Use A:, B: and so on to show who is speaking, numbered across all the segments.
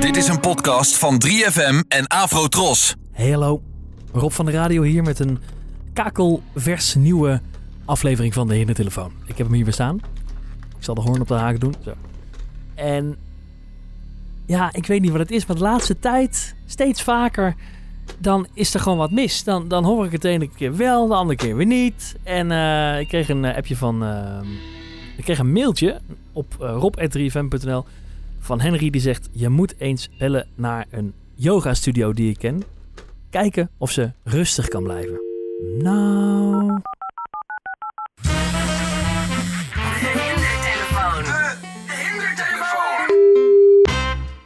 A: Dit is een podcast van 3FM en Afrotros.
B: Hey, hallo. Rob van de Radio hier met een kakelvers nieuwe aflevering van de Hindertelefoon. Ik heb hem hier weer staan. Ik zal de hoorn op de haak doen. Zo. En ja, ik weet niet wat het is, maar de laatste tijd steeds vaker dan is er gewoon wat mis. Dan, dan hoor ik het de ene keer wel, de andere keer weer niet. En eh, ik kreeg een eh, appje van... ehm, ik kreeg een mailtje op eh, rob.3fm.nl van Henry die zegt... Je moet eens bellen naar een yogastudio die ik ken. Kijken of ze rustig kan blijven. Nou...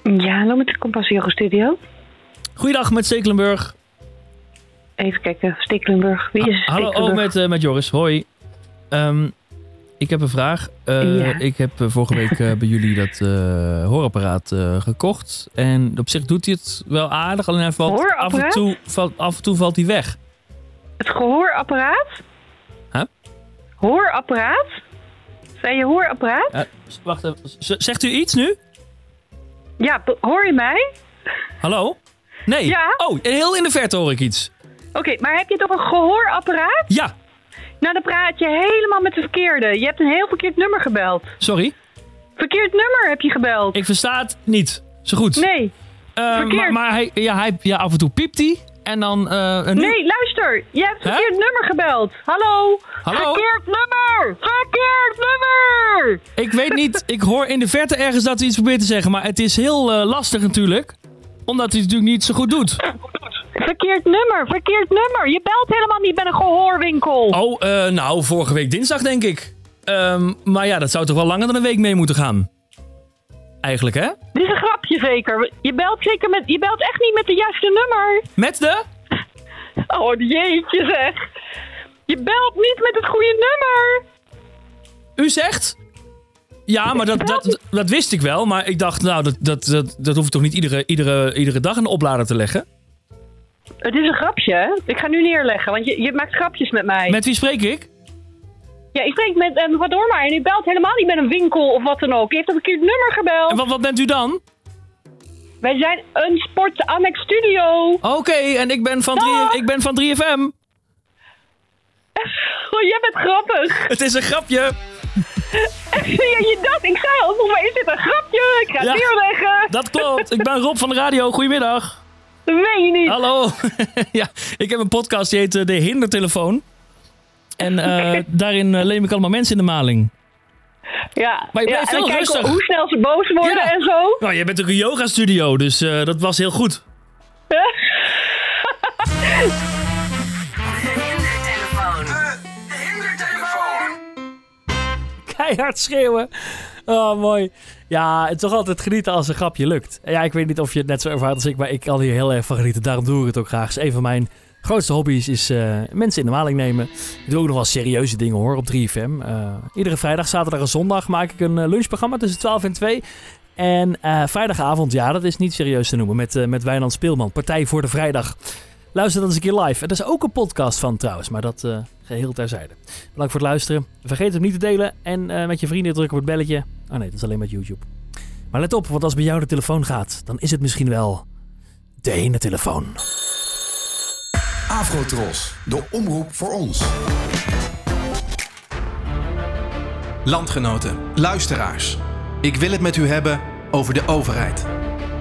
C: Ja, hallo met de Kompas Yoga Studio.
B: Goeiedag met Stekelenburg.
C: Even kijken, Stekelenburg. Wie is
B: hallo, oh,
C: Stekelenburg?
B: met, eh, met Joris. Hoi. Ehm, ik heb een vraag. Eh,
C: Ja.
B: Ik heb eh, vorige week eh, bij jullie dat eh, hoorapparaat eh, gekocht. En op zich doet hij het wel aardig. Alleen hij valt af en,
C: Hoorapparaat?
B: toe, valt, af en toe valt hij weg.
C: Het gehoorapparaat?
B: Huh?
C: Hoorapparaat? Zijn je hoorapparaat?
B: Eh, s- wacht even. Z- Zegt u iets nu?
C: Ja, b- hoor je mij?
B: Hallo? Nee.
C: Ja.
B: Oh, heel in de verte hoor ik iets.
C: Oké, maar heb je toch een gehoorapparaat?
B: Ja,
C: Nou, dan praat je helemaal met de verkeerde. Je hebt een heel verkeerd nummer gebeld.
B: sorry.
C: Verkeerd nummer heb je gebeld.
B: Ik versta het niet. Zo goed.
C: Nee,
B: Eh,
C: verkeerd.
B: maar maar hij, ja, hij, ja, af en toe piept hij. En dan... eh, en nu-
C: nee, luister. Je hebt
B: Huh?
C: verkeerd nummer gebeld. Hallo?
B: Hallo?
C: Verkeerd nummer! Verkeerd nummer!
B: Ik weet niet, ik hoor in de verte ergens dat hij iets probeert te zeggen, maar het is heel eh, lastig natuurlijk. Omdat hij het natuurlijk niet zo goed doet.
C: Verkeerd nummer, verkeerd nummer. Je belt helemaal niet bij een gehoorwinkel.
B: Oh, eh, nou, vorige week dinsdag denk ik. Ehm, maar ja, dat zou toch wel langer dan een week mee moeten gaan. Eigenlijk, hè?
C: Dit is een grapje zeker. Je belt zeker met, je belt echt niet met de juiste nummer.
B: Met de?
C: Oh jeetje zeg. Je belt niet met het goede nummer.
B: U zegt? Ja, maar dat, dat, dat wist ik wel. Maar ik dacht, nou, dat, dat, dat, dat hoef ik toch niet iedere, iedere, iedere dag een oplader te leggen?
C: Het is een grapje. hè? Ik ga nu neerleggen, want je, je maakt grapjes met mij.
B: Met wie spreek ik?
C: Ja, ik spreek met um, Vador maar en u belt helemaal niet met een winkel of wat dan ook. Je heeft een verkeerd nummer gebeld.
B: En wat, wat bent u dan?
C: Wij zijn een sport annex studio.
B: Oké, en ik ben, van
C: Dag.
B: 3, ik ben van 3FM.
C: Oh, jij bent grappig.
B: Het is een grapje.
C: Zie je dat? Ik zei al, volgens mij is dit een grapje. Ik ga
B: Ja.
C: het neerleggen.
B: Dat klopt. Ik ben Rob van de radio. Goedemiddag.
C: Dat meen je niet.
B: Hallo. ja, ik heb een podcast die heet eh, De Hindertelefoon. En eh, daarin eh, leem ik allemaal mensen in de maling.
C: Ja,
B: Maar je
C: ja,
B: blijft
C: en dan
B: wel
C: kijken
B: rustig.
C: hoe snel ze boos worden
B: Ja.
C: en zo.
B: Nou, jij bent ook een yoga studio, dus eh, dat was heel goed.
D: keihard schreeuwen. Oh, mooi. Ja, het is toch altijd genieten als een grapje lukt. Ja, ik weet niet of je het net zo ervaart als ik, maar ik kan hier heel erg van genieten. Daarom doe ik het ook graag. Dus een van mijn grootste hobby's is eh, mensen in de maling nemen. Ik doe ook nog wel serieuze dingen hoor, op 3FM. Eh, iedere vrijdag, zaterdag en zondag maak ik een eh, lunchprogramma tussen 12 en 2. En eh, vrijdagavond, ja, dat is niet serieus te noemen, met, eh met Wijnand Speelman. Partij voor de Vrijdag. Luister dat eens een keer live. Er is ook een podcast van trouwens, maar dat eh, geheel terzijde. Bedankt voor het luisteren. Vergeet hem niet te delen. En eh, met je vrienden druk op het belletje. Oh nee, dat is alleen met YouTube. Maar let op, want als bij jou de telefoon gaat, dan is het misschien wel de ene telefoon.
E: Afrotros, de omroep voor ons.
F: Landgenoten, luisteraars. Ik wil het met u hebben over de overheid.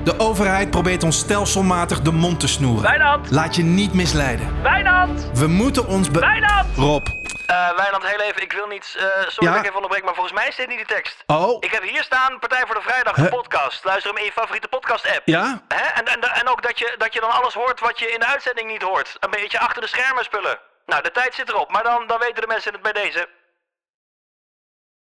F: De overheid probeert ons stelselmatig de mond te snoeren.
G: Wijnand!
F: Laat je niet misleiden.
G: Wijnand!
F: We moeten ons be...
G: Wijnand!
F: Rob.
G: Eh Wijnand, heel even, ik wil niet... eh, sorry
F: Ja?
G: dat ik even onderbreek, maar volgens mij zit niet de tekst.
F: Oh.
G: Ik heb hier staan Partij voor de Vrijdag, een
F: Huh?
G: podcast. Luister hem in je favoriete podcast-app.
F: Ja?
G: Hè? En, en, en ook dat je, dat je dan alles hoort wat je in de uitzending niet hoort. Een beetje achter de schermen spullen. Nou, de tijd zit erop, maar dan, dan weten de mensen het bij deze.